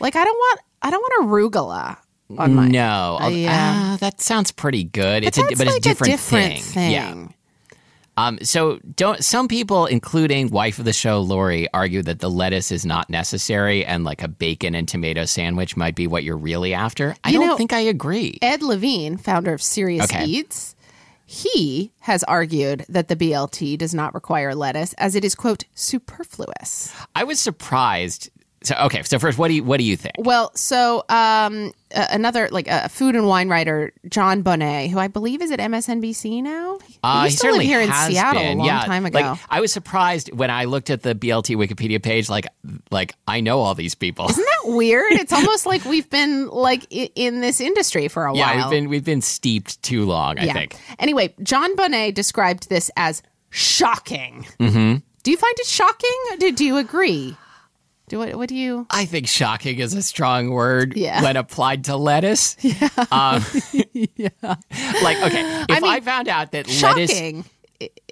[SPEAKER 2] Like I don't want I don't want arugula on my
[SPEAKER 1] No, Al-
[SPEAKER 2] yeah.
[SPEAKER 1] ah, that sounds pretty good. Mm, it's
[SPEAKER 2] That's
[SPEAKER 1] a, but it's
[SPEAKER 2] like
[SPEAKER 1] different
[SPEAKER 2] a different thing.
[SPEAKER 1] Yeah, Um, so don't some people, including wife of the show Lori, argue that the lettuce is not necessary and like a bacon and tomato sandwich might be what you're really after. I
[SPEAKER 2] You
[SPEAKER 1] don't
[SPEAKER 2] know-
[SPEAKER 1] think I agree.
[SPEAKER 2] Ed Levine, founder of Serious
[SPEAKER 1] Okay.
[SPEAKER 2] Eats, he has argued that the BLT does not require lettuce as it is quote superfluous.
[SPEAKER 1] I was surprised. So okay, so first, what do you what do you think?
[SPEAKER 2] Well, so um, uh, another like a food and wine writer, John Bonet, who I believe is at MSNBC now.
[SPEAKER 1] Uh,
[SPEAKER 2] he used to live here in
[SPEAKER 1] has
[SPEAKER 2] Seattle
[SPEAKER 1] been.
[SPEAKER 2] a long
[SPEAKER 1] Yeah,
[SPEAKER 2] time ago.
[SPEAKER 1] like, I was surprised when I looked at the BLT Wikipedia page. Like, like I know all these people.
[SPEAKER 2] Isn't that weird?
[SPEAKER 1] *laughs*
[SPEAKER 2] It's almost like we've been like i- in this industry for a
[SPEAKER 1] yeah,
[SPEAKER 2] while.
[SPEAKER 1] we've been we've been steeped too long. I
[SPEAKER 2] Yeah.
[SPEAKER 1] think.
[SPEAKER 2] Anyway, John Bonet described this as shocking. Mm-hmm. Do you find it shocking? Or do, do you agree? Do what? What do you?
[SPEAKER 1] I think shocking is a strong word
[SPEAKER 2] Yeah.
[SPEAKER 1] when applied to lettuce. Yeah. Um, Like, okay, if I,
[SPEAKER 2] mean,
[SPEAKER 1] found out that lettuce.
[SPEAKER 2] Shocking.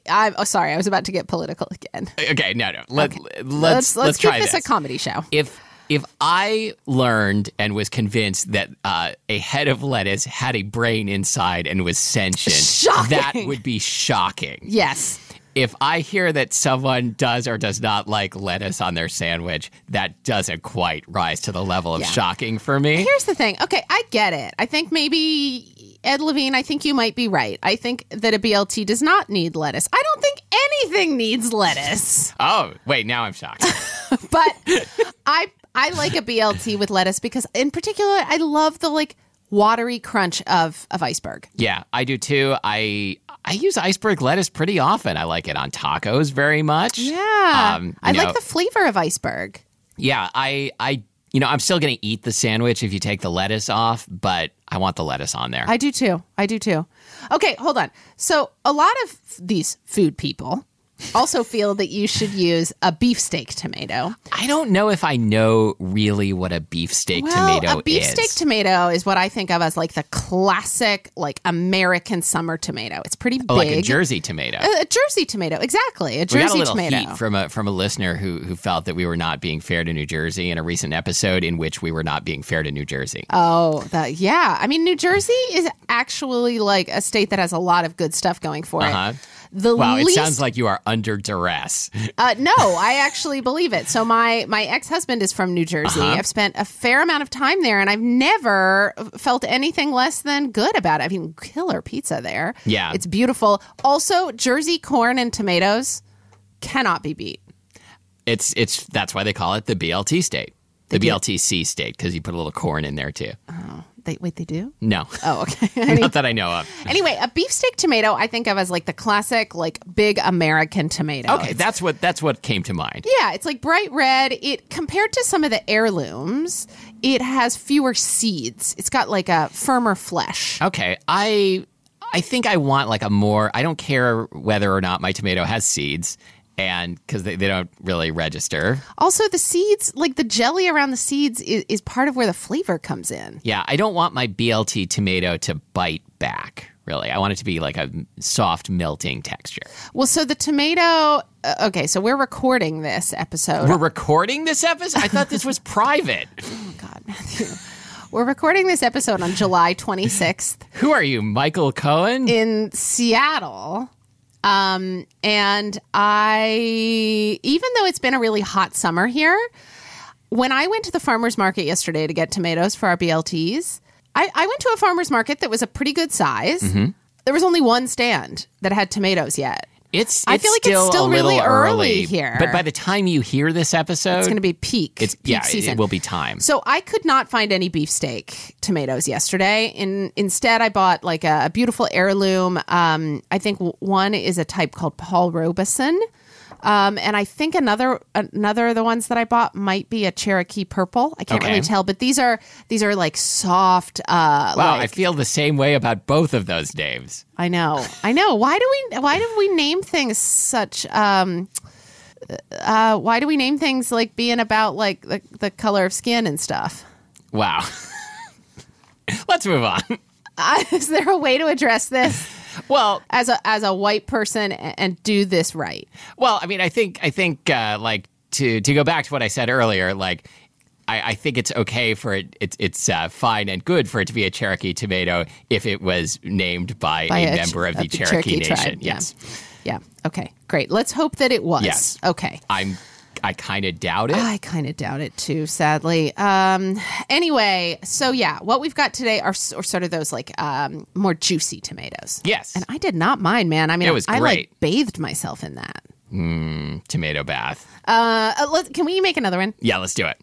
[SPEAKER 2] I, am oh, sorry. I was about to get political again.
[SPEAKER 1] Okay, no, no. Let, Let's,
[SPEAKER 2] Let's let's,
[SPEAKER 1] let's,
[SPEAKER 2] keep
[SPEAKER 1] try
[SPEAKER 2] this.
[SPEAKER 1] this.
[SPEAKER 2] a comedy show.
[SPEAKER 1] if, if I learned and was convinced that uh, a head of lettuce had a brain inside and was sentient, that
[SPEAKER 2] Shocking.
[SPEAKER 1] would be shocking.
[SPEAKER 2] Yes.
[SPEAKER 1] If I hear that someone does or does not like lettuce on their sandwich, that doesn't quite rise to the level of
[SPEAKER 2] Yeah.
[SPEAKER 1] shocking for me.
[SPEAKER 2] Here's the thing. Okay, I get it. I think maybe Ed Levine. I think you might be right. I think that a BLT does not need lettuce. I don't think anything needs lettuce.
[SPEAKER 1] Oh, wait, now I'm shocked.
[SPEAKER 2] but I I like a BLT with lettuce because in particular I love the like watery crunch of of iceberg.
[SPEAKER 1] yeah, I do too. I I use iceberg lettuce pretty often. I like it on tacos very much.
[SPEAKER 2] Yeah.
[SPEAKER 1] Um, you
[SPEAKER 2] I
[SPEAKER 1] know,
[SPEAKER 2] like the flavor of iceberg.
[SPEAKER 1] Yeah, I I you know, I'm still going to eat the sandwich if you take the lettuce off, but I want the lettuce on there.
[SPEAKER 2] I do too. I do too. Okay, hold on. So a lot of these food people also feel that you should use a beefsteak tomato.
[SPEAKER 1] I don't know if I know really what a beefsteak
[SPEAKER 2] Well,
[SPEAKER 1] tomato
[SPEAKER 2] a beefsteak
[SPEAKER 1] is.
[SPEAKER 2] tomato is what I think of as like the classic like American summer tomato. It's pretty big.
[SPEAKER 1] Oh, like a Jersey tomato.
[SPEAKER 2] a, a Jersey tomato, exactly. A Jersey
[SPEAKER 1] we got a little
[SPEAKER 2] tomato.
[SPEAKER 1] heat from a from a listener who who felt that we were not being fair to New Jersey in a recent episode in which we were not being fair to New Jersey.
[SPEAKER 2] Oh, that yeah. I mean, New Jersey is actually like a state that has a lot of good stuff going for
[SPEAKER 1] Uh-huh.
[SPEAKER 2] it. The
[SPEAKER 1] wow,
[SPEAKER 2] least,
[SPEAKER 1] it sounds like you are under duress.
[SPEAKER 2] uh, no, I actually believe it. So my my ex husband is from New Jersey.
[SPEAKER 1] Uh-huh.
[SPEAKER 2] I've spent a fair amount of time there, and I've never felt anything less than good about it. I mean, killer pizza there.
[SPEAKER 1] Yeah.
[SPEAKER 2] it's beautiful. Also, Jersey corn and tomatoes cannot be beat.
[SPEAKER 1] It's it's that's why they call it the BLT state, the BLTC state, because you put a little corn in there too.
[SPEAKER 2] They wait, they do.
[SPEAKER 1] No, *laughs*
[SPEAKER 2] Oh, okay. *laughs*
[SPEAKER 1] not that I know of.
[SPEAKER 2] anyway, a beefsteak tomato I think of as like the classic, like big American tomato.
[SPEAKER 1] Okay, that's what that's what came to mind.
[SPEAKER 2] Yeah, it's like bright red. It compared to some of the heirlooms, it has fewer seeds. It's got like a firmer flesh.
[SPEAKER 1] Okay, I I think I want like a more. I don't care whether or not my tomato has seeds, and because they, they don't really register.
[SPEAKER 2] Also, the seeds, like the jelly around the seeds, is, is part of where the flavor comes in.
[SPEAKER 1] Yeah, I don't want my BLT tomato to bite back. really. I want it to be like a soft, melting texture.
[SPEAKER 2] Well, so the tomato. uh, Okay, so we're recording this episode.
[SPEAKER 1] We're recording this episode? I thought this was private.
[SPEAKER 2] oh, God, Matthew. We're recording this episode on July 26th
[SPEAKER 1] Who are you, Michael Cohen?
[SPEAKER 2] in Seattle. Um, and I, even though it's been a really hot summer here, when I went to the farmer's market yesterday to get tomatoes for our BLTs, I, I went to a farmer's market that was a pretty good size.
[SPEAKER 1] Mm-hmm.
[SPEAKER 2] There was only one stand that had tomatoes yet.
[SPEAKER 1] It's, it's
[SPEAKER 2] I feel like it's
[SPEAKER 1] still
[SPEAKER 2] still
[SPEAKER 1] a little
[SPEAKER 2] really early here.
[SPEAKER 1] But by the time you hear this episode,
[SPEAKER 2] It's going to be peak.
[SPEAKER 1] it's-
[SPEAKER 2] peak
[SPEAKER 1] yeah, it-
[SPEAKER 2] season.
[SPEAKER 1] it will be time.
[SPEAKER 2] So I could not find any beefsteak tomatoes yesterday. In instead, I bought like a, a beautiful heirloom. Um, I think w- one is a type called Paul Robeson, um, and I think another another of the ones that I bought might be a Cherokee Purple. I can't
[SPEAKER 1] Okay.
[SPEAKER 2] really tell, but these are these are like soft. Uh,
[SPEAKER 1] Wow, I
[SPEAKER 2] like-
[SPEAKER 1] feel the same way about both of those names.
[SPEAKER 2] I know, I know. Why do we why do we name things such? Um, uh, why do we name things like being about like the, the color of skin and stuff? *laughs*
[SPEAKER 1] Wow. *laughs* Let's move on.
[SPEAKER 2] Uh, is there a way to address this
[SPEAKER 1] Well,
[SPEAKER 2] as a as a white person and, and do this right?
[SPEAKER 1] well, I mean, I think, I think, uh, like to to go back to what I said earlier, like. I, I think it's okay for it. It's it's uh, fine and good for it to be a Cherokee tomato if it was named by,
[SPEAKER 2] By
[SPEAKER 1] a,
[SPEAKER 2] ch-
[SPEAKER 1] member of the, Cherokee, Nation. Yes,
[SPEAKER 2] Yeah. yeah. Okay. Great. Let's hope that it was.
[SPEAKER 1] Yes.
[SPEAKER 2] Okay.
[SPEAKER 1] I'm. I kind of doubt it.
[SPEAKER 2] I kind of doubt it too, sadly. Um, anyway, so yeah, what we've got today are, s- are sort of those like um, more juicy tomatoes.
[SPEAKER 1] yes,
[SPEAKER 2] I did not mind, man. I mean,
[SPEAKER 1] It was
[SPEAKER 2] I like
[SPEAKER 1] great.
[SPEAKER 2] bathed myself in that.
[SPEAKER 1] tomato bath.
[SPEAKER 2] Uh, uh, let, can we make another one?
[SPEAKER 1] Yeah, let's do it.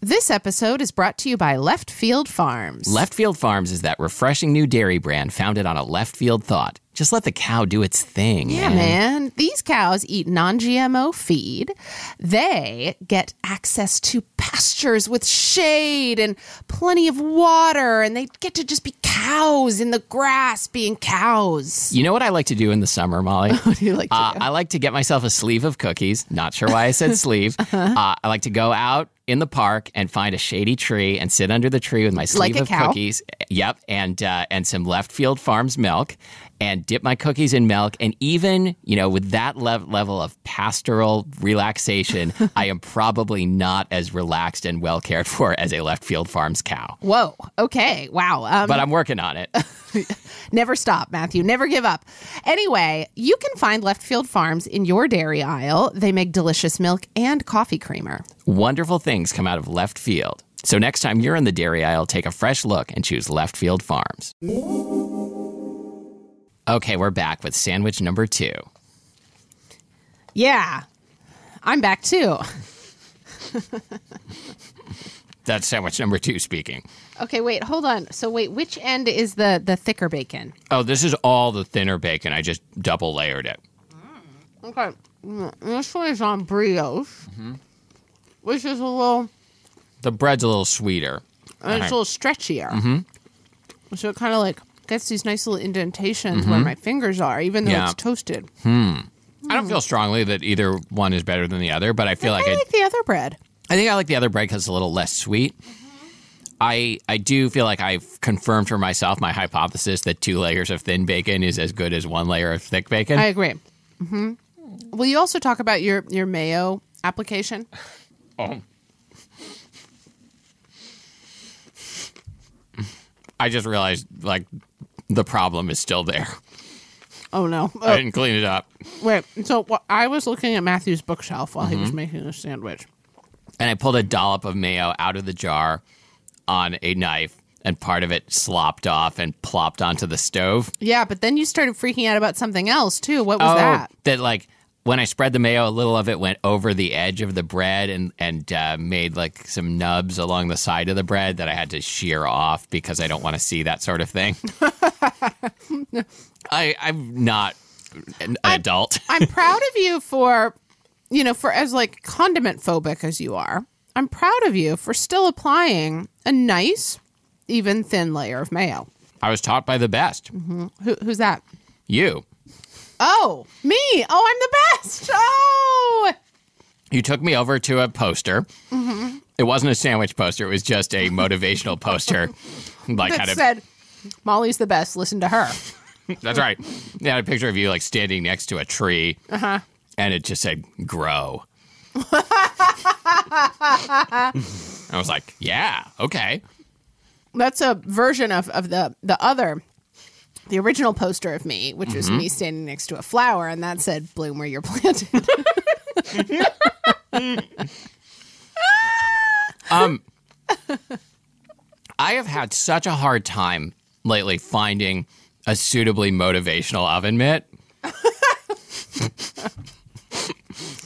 [SPEAKER 2] This episode is brought to you by Left Field Farms.
[SPEAKER 1] Left Field Farms is that refreshing new dairy brand founded on a left field thought. Just let the cow do its thing.
[SPEAKER 2] Yeah, man. These cows eat non GMO feed. They get access to pastures with shade and plenty of water, and they get to just be cows in the grass being cows. *laughs*
[SPEAKER 1] You know what I like to do in the summer, Molly?
[SPEAKER 2] What do you like to
[SPEAKER 1] Uh,
[SPEAKER 2] do?
[SPEAKER 1] I like to get myself a sleeve of cookies. Not sure why I
[SPEAKER 2] *laughs*
[SPEAKER 1] said sleeve.
[SPEAKER 2] Uh-huh.
[SPEAKER 1] uh, I like to go out in the park and find a shady tree and sit under the tree with my sleeve
[SPEAKER 2] a
[SPEAKER 1] of
[SPEAKER 2] cow.
[SPEAKER 1] cookies. Eh, Yep, and uh, and some Left Field Farms milk, and dip my cookies in milk. And even you know, with that lev level of pastoral relaxation,
[SPEAKER 2] *laughs*
[SPEAKER 1] I am probably not as relaxed and well cared for as a Left Field Farms cow.
[SPEAKER 2] Whoa. Okay. Wow. Um,
[SPEAKER 1] But I'm working on it.
[SPEAKER 2] Never stop, Matthew. Never give up. Anyway, you can find Left Field Farms in your dairy aisle. They make delicious milk and coffee creamer.
[SPEAKER 1] Wonderful things come out of left field. So next time you're in the dairy aisle, take a fresh look and choose Left Field Farms. Okay, we're back with sandwich number two.
[SPEAKER 2] Yeah. I'm back too.
[SPEAKER 1] That's sandwich number two speaking.
[SPEAKER 2] Okay, wait, hold on. So wait, which end is the the thicker bacon?
[SPEAKER 1] Oh, this is all the thinner bacon. I just double layered it.
[SPEAKER 2] Okay, mm, this one is on brioche,
[SPEAKER 1] Mm-hmm.
[SPEAKER 2] which is a little
[SPEAKER 1] The bread's a little sweeter.
[SPEAKER 2] and it's a little stretchier.
[SPEAKER 1] Mm-hmm.
[SPEAKER 2] So it kind of like gets these nice little indentations where my fingers are, even though
[SPEAKER 1] Yeah.
[SPEAKER 2] it's toasted.
[SPEAKER 1] I don't feel strongly that either one is better than the other, but I feel like
[SPEAKER 2] I
[SPEAKER 1] I,
[SPEAKER 2] like the other bread.
[SPEAKER 1] I think I like the other bread because it's a little less sweet.
[SPEAKER 2] Mm-hmm.
[SPEAKER 1] I I do feel like I've confirmed for myself my hypothesis that two layers of thin bacon is as good as one layer of thick bacon.
[SPEAKER 2] I agree. Mm-hmm. Will you also talk about your your mayo application?
[SPEAKER 1] I just realized like the problem is still there. *laughs*
[SPEAKER 2] Oh no!
[SPEAKER 1] I
[SPEAKER 2] Oh,
[SPEAKER 1] didn't clean it up.
[SPEAKER 2] wait. So wh- I was looking at Matthew's bookshelf while he
[SPEAKER 1] Mm-hmm.
[SPEAKER 2] was making this sandwich.
[SPEAKER 1] And I pulled a dollop of mayo out of the jar on a knife and part of it slopped off and plopped onto the stove.
[SPEAKER 2] Yeah, but then you started freaking out about something else too. What was that?
[SPEAKER 1] Oh, that like when I spread the mayo, a little of it went over the edge of the bread and and uh, made like some nubs along the side of the bread that I had to shear off because I don't want to see that sort of
[SPEAKER 2] *laughs*
[SPEAKER 1] thing. I I'm not an adult.
[SPEAKER 2] I'm proud of you for, you know, for as like condiment phobic as you are. I'm proud of you for still applying a nice, even thin layer of mayo.
[SPEAKER 1] I was taught by the best.
[SPEAKER 2] Mm-hmm. Who, who's that?
[SPEAKER 1] You.
[SPEAKER 2] Oh, me. Oh, I'm the best. *laughs* Oh,
[SPEAKER 1] You took me over to a poster.
[SPEAKER 2] Mm-hmm. *laughs*
[SPEAKER 1] It wasn't a sandwich poster. It was just a motivational poster. Like
[SPEAKER 2] that
[SPEAKER 1] how to
[SPEAKER 2] said, Molly's the best. Listen to her.
[SPEAKER 1] That's right. They had a picture of you like standing next to a tree, and it just said "grow." I was like, "Yeah, okay."
[SPEAKER 2] That's a version of, of the the other, the original poster of me, which was me standing next to a flower, and that said "Bloom where you're *laughs* planted."
[SPEAKER 1] Um, I have had such a hard time lately finding a suitably motivational oven mitt.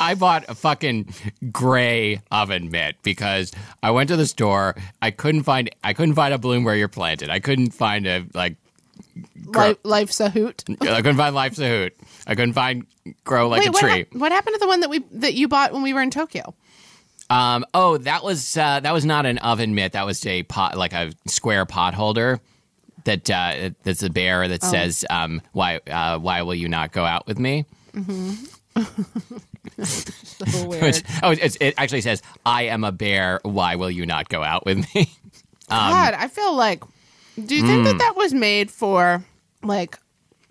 [SPEAKER 1] I bought a fucking gray oven mitt because I went to the store. I couldn't find I couldn't find a bloom where you're planted. I couldn't find a like
[SPEAKER 2] Li- life's a hoot.
[SPEAKER 1] I couldn't find life's a hoot. I couldn't find grow like
[SPEAKER 2] Wait,
[SPEAKER 1] a
[SPEAKER 2] what,
[SPEAKER 1] tree.
[SPEAKER 2] hap- what happened to the one that we that you bought when we were in Tokyo?
[SPEAKER 1] Um, oh, that was uh, that was not an oven mitt. That was a pot, like a square pot holder. That uh, that's a bear that
[SPEAKER 2] Oh.
[SPEAKER 1] says, um, "Why uh, why will you not go out with me?"
[SPEAKER 2] So weird.
[SPEAKER 1] Oh, it's, *laughs* it actually says, "I am a bear. Why will you not go out with me?" *laughs* um,
[SPEAKER 2] God, I feel like. Do you think
[SPEAKER 1] mm.
[SPEAKER 2] that that was made for like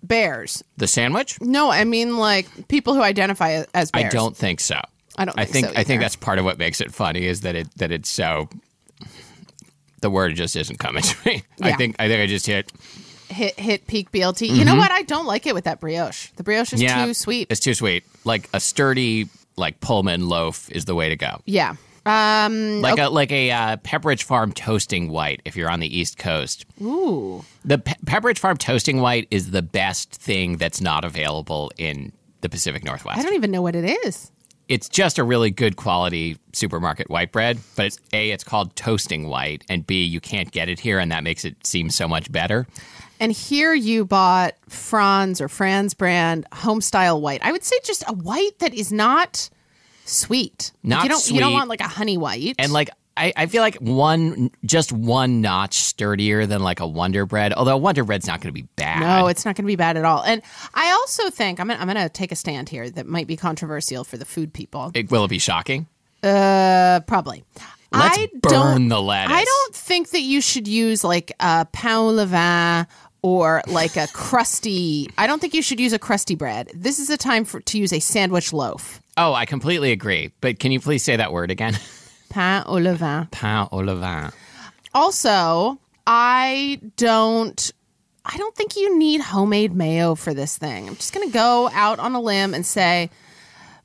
[SPEAKER 2] bears?
[SPEAKER 1] the sandwich?
[SPEAKER 2] No, I mean like people who identify a- as bears.
[SPEAKER 1] I don't think so.
[SPEAKER 2] I don't
[SPEAKER 1] I
[SPEAKER 2] think
[SPEAKER 1] think
[SPEAKER 2] so
[SPEAKER 1] I think
[SPEAKER 2] either.
[SPEAKER 1] that's part of what makes it funny is that it that it's so. The word just isn't coming *laughs* to me. I
[SPEAKER 2] Yeah.
[SPEAKER 1] think I think I just hit.
[SPEAKER 2] hit hit peak BLT. You know what? I don't like it with that brioche. The brioche is
[SPEAKER 1] Mm-hmm. Yeah,
[SPEAKER 2] too sweet.
[SPEAKER 1] It's too sweet. Like a sturdy like Pullman loaf is the way to go.
[SPEAKER 2] yeah. Um.
[SPEAKER 1] like a like a uh, Pepperidge Farm toasting white. If you're on the East Coast,
[SPEAKER 2] Ooh.
[SPEAKER 1] the Pe- Pepperidge Farm toasting white is the best thing that's not available in the Pacific
[SPEAKER 2] I
[SPEAKER 1] Northwest.
[SPEAKER 2] don't even know what it is.
[SPEAKER 1] It's just a really good quality supermarket white bread, but it's a it's called toasting white, and b you can't get it here, and that makes it seem so much better.
[SPEAKER 2] And here you bought Franz or Franz brand homestyle white. I would say just a white that is not sweet. Like,
[SPEAKER 1] Not
[SPEAKER 2] you don't you don't
[SPEAKER 1] sweet.
[SPEAKER 2] want like a honey white.
[SPEAKER 1] And like I, I feel like one just one notch sturdier than like a Wonder Bread, although Wonder Bread's not going to be bad.
[SPEAKER 2] No, it's not going to be bad at all. And I also think I'm gonna, I'm going to take a stand here that might be controversial for the food people.
[SPEAKER 1] it will it be shocking.
[SPEAKER 2] Uh, probably.
[SPEAKER 1] Let's
[SPEAKER 2] I
[SPEAKER 1] burn
[SPEAKER 2] don't.
[SPEAKER 1] the lettuce.
[SPEAKER 2] I don't think that you should use like a pain au levain or like a crusty. I don't think you should use a crusty bread. This is a time for to use a sandwich loaf.
[SPEAKER 1] Oh, I completely agree. But can you please say that word again? *laughs*
[SPEAKER 2] Pain au levain.
[SPEAKER 1] Pain au levain.
[SPEAKER 2] Also, I don't. I don't think you need homemade mayo for this thing. I'm just going to go out on a limb and say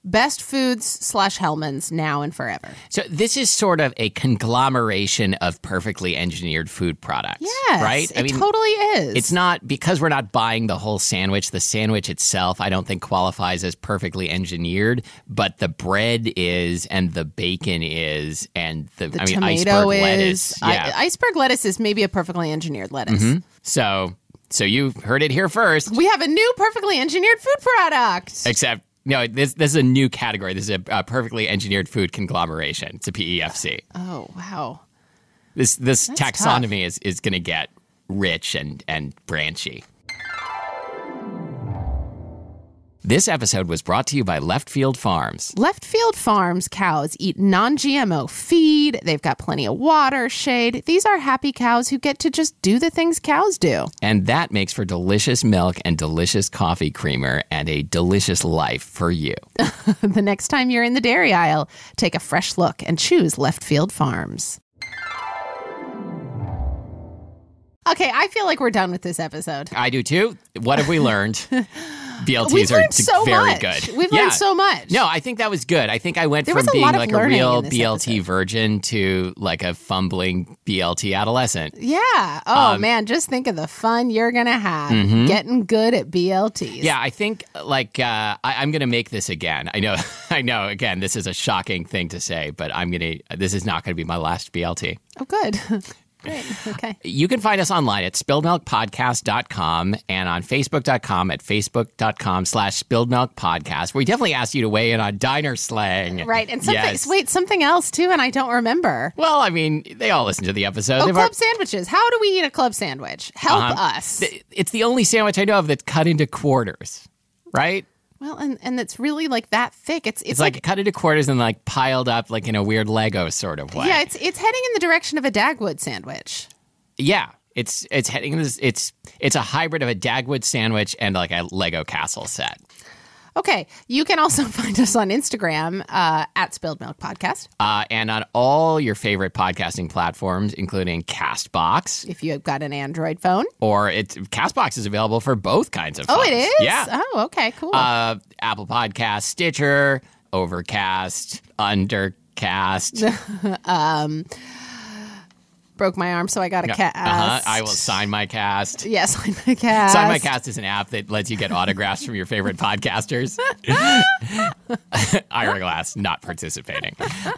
[SPEAKER 2] best foods slash Hellman's now and forever.
[SPEAKER 1] So this is sort of a conglomeration of perfectly engineered food products.
[SPEAKER 2] Yes,
[SPEAKER 1] right?
[SPEAKER 2] It totally is.
[SPEAKER 1] it's not because we're not buying the whole sandwich. The sandwich itself, I don't think, qualifies as perfectly engineered, but the bread is, and the bacon is, and the, I mean,
[SPEAKER 2] tomato
[SPEAKER 1] iceberg
[SPEAKER 2] is
[SPEAKER 1] lettuce.
[SPEAKER 2] I-
[SPEAKER 1] yeah. Mm-hmm.
[SPEAKER 2] iceberg lettuce is maybe a perfectly engineered lettuce.
[SPEAKER 1] so, so you heard it here first.
[SPEAKER 2] We have a new perfectly engineered food product.
[SPEAKER 1] Except, no, this this is a new category. This is a, a perfectly engineered food conglomeration. It's a PEFC.
[SPEAKER 2] Oh wow!
[SPEAKER 1] This this
[SPEAKER 2] That's tough.
[SPEAKER 1] taxonomy is is going to get rich and and branchy. This episode was brought to you by Left Field Farms.
[SPEAKER 2] Left Field Farms cows eat non-GMO feed. They've got plenty of water, shade. These are happy cows who get to just do the things cows do. *laughs*
[SPEAKER 1] And that makes for delicious milk and delicious coffee creamer and a delicious life for you.
[SPEAKER 2] the next time you're in the dairy aisle, take a fresh look and choose Left Field Farms. Okay, I feel like we're done with this episode.
[SPEAKER 1] I do too. What have we learned?
[SPEAKER 2] *laughs*
[SPEAKER 1] BLTs
[SPEAKER 2] We've
[SPEAKER 1] are
[SPEAKER 2] learned so
[SPEAKER 1] very
[SPEAKER 2] much.
[SPEAKER 1] good.
[SPEAKER 2] We've
[SPEAKER 1] Yeah.
[SPEAKER 2] learned so much.
[SPEAKER 1] No, I think that was good. I think I went
[SPEAKER 2] There
[SPEAKER 1] from
[SPEAKER 2] was a
[SPEAKER 1] being
[SPEAKER 2] lot of
[SPEAKER 1] like a
[SPEAKER 2] learning
[SPEAKER 1] real
[SPEAKER 2] in this
[SPEAKER 1] BLT virgin to like a fumbling BLT adolescent.
[SPEAKER 2] Yeah.
[SPEAKER 1] Um,
[SPEAKER 2] Oh man, just think of the fun you're gonna have getting good at BLTs.
[SPEAKER 1] Mm-hmm. Yeah, I think like uh, I, I'm going to make this again. I know, *laughs* I know. Again, this is a shocking thing to say, but I'm going to. This is not going to be my last BLT.
[SPEAKER 2] Oh, good. *laughs* Great. Okay.
[SPEAKER 1] You can find us online at spilledmilkpodcast.com and on facebook.com at facebook.com slash spilledmilkpodcast. We definitely asked you to weigh in on diner *laughs* slang.
[SPEAKER 2] Right. And something.
[SPEAKER 1] Yes.
[SPEAKER 2] Wait, something else too, and I don't remember.
[SPEAKER 1] Well, I mean, they all listen to the episode.
[SPEAKER 2] Oh,
[SPEAKER 1] They've
[SPEAKER 2] club
[SPEAKER 1] al-
[SPEAKER 2] sandwiches. How do we eat a club sandwich? Help us.
[SPEAKER 1] it's Uh-huh. the only sandwich I know of that's cut into quarters, right?
[SPEAKER 2] well, and and it's really like that thick. It's it's,
[SPEAKER 1] It's
[SPEAKER 2] like,
[SPEAKER 1] like, cut into quarters and like piled up like in a weird Lego sort of way.
[SPEAKER 2] yeah, it's it's heading in the direction of a Dagwood sandwich.
[SPEAKER 1] Yeah. It's it's heading this. It's it's a hybrid of a Dagwood sandwich and like a Lego castle set.
[SPEAKER 2] Okay. You can also *laughs* find us on Instagram uh, at Spilled Milk Podcast.
[SPEAKER 1] Uh, and on all your favorite podcasting platforms, including Castbox,
[SPEAKER 2] If you've got an Android phone.
[SPEAKER 1] or it's Castbox is available for both kinds of.
[SPEAKER 2] Oh,
[SPEAKER 1] phones.
[SPEAKER 2] it is?
[SPEAKER 1] Yeah.
[SPEAKER 2] Oh, okay. Cool.
[SPEAKER 1] uh, Apple Podcast, Stitcher, Overcast,
[SPEAKER 2] *laughs*
[SPEAKER 1] Undercast.
[SPEAKER 2] Broke my arm, so I got a cast.
[SPEAKER 1] Uh-huh. I will sign my cast.
[SPEAKER 2] Yes, *laughs* sign my cast.
[SPEAKER 1] Sign my cast is an app that lets you get autographs from your favorite podcasters. *laughs* Ira Glass not participating.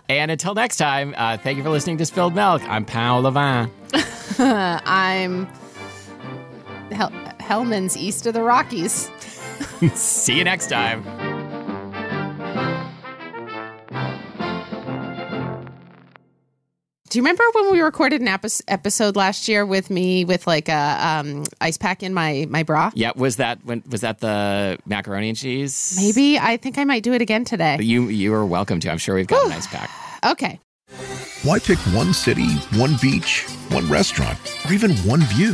[SPEAKER 1] And until next time, uh, thank you for listening to Spilled Milk. I'm Pau Levin.
[SPEAKER 2] I'm Hel- Hellman's East of the Rockies.
[SPEAKER 1] See you next time.
[SPEAKER 2] Do you remember when we recorded an epi- episode last year with me with like a um, ice pack in my my bra?
[SPEAKER 1] Yeah, was that when was that the macaroni and cheese?
[SPEAKER 2] Maybe I think I might do it again today.
[SPEAKER 1] You you are welcome to. I'm sure we've got a nice pack.
[SPEAKER 2] Okay.
[SPEAKER 3] Why pick one city, one beach, one restaurant, or even one view?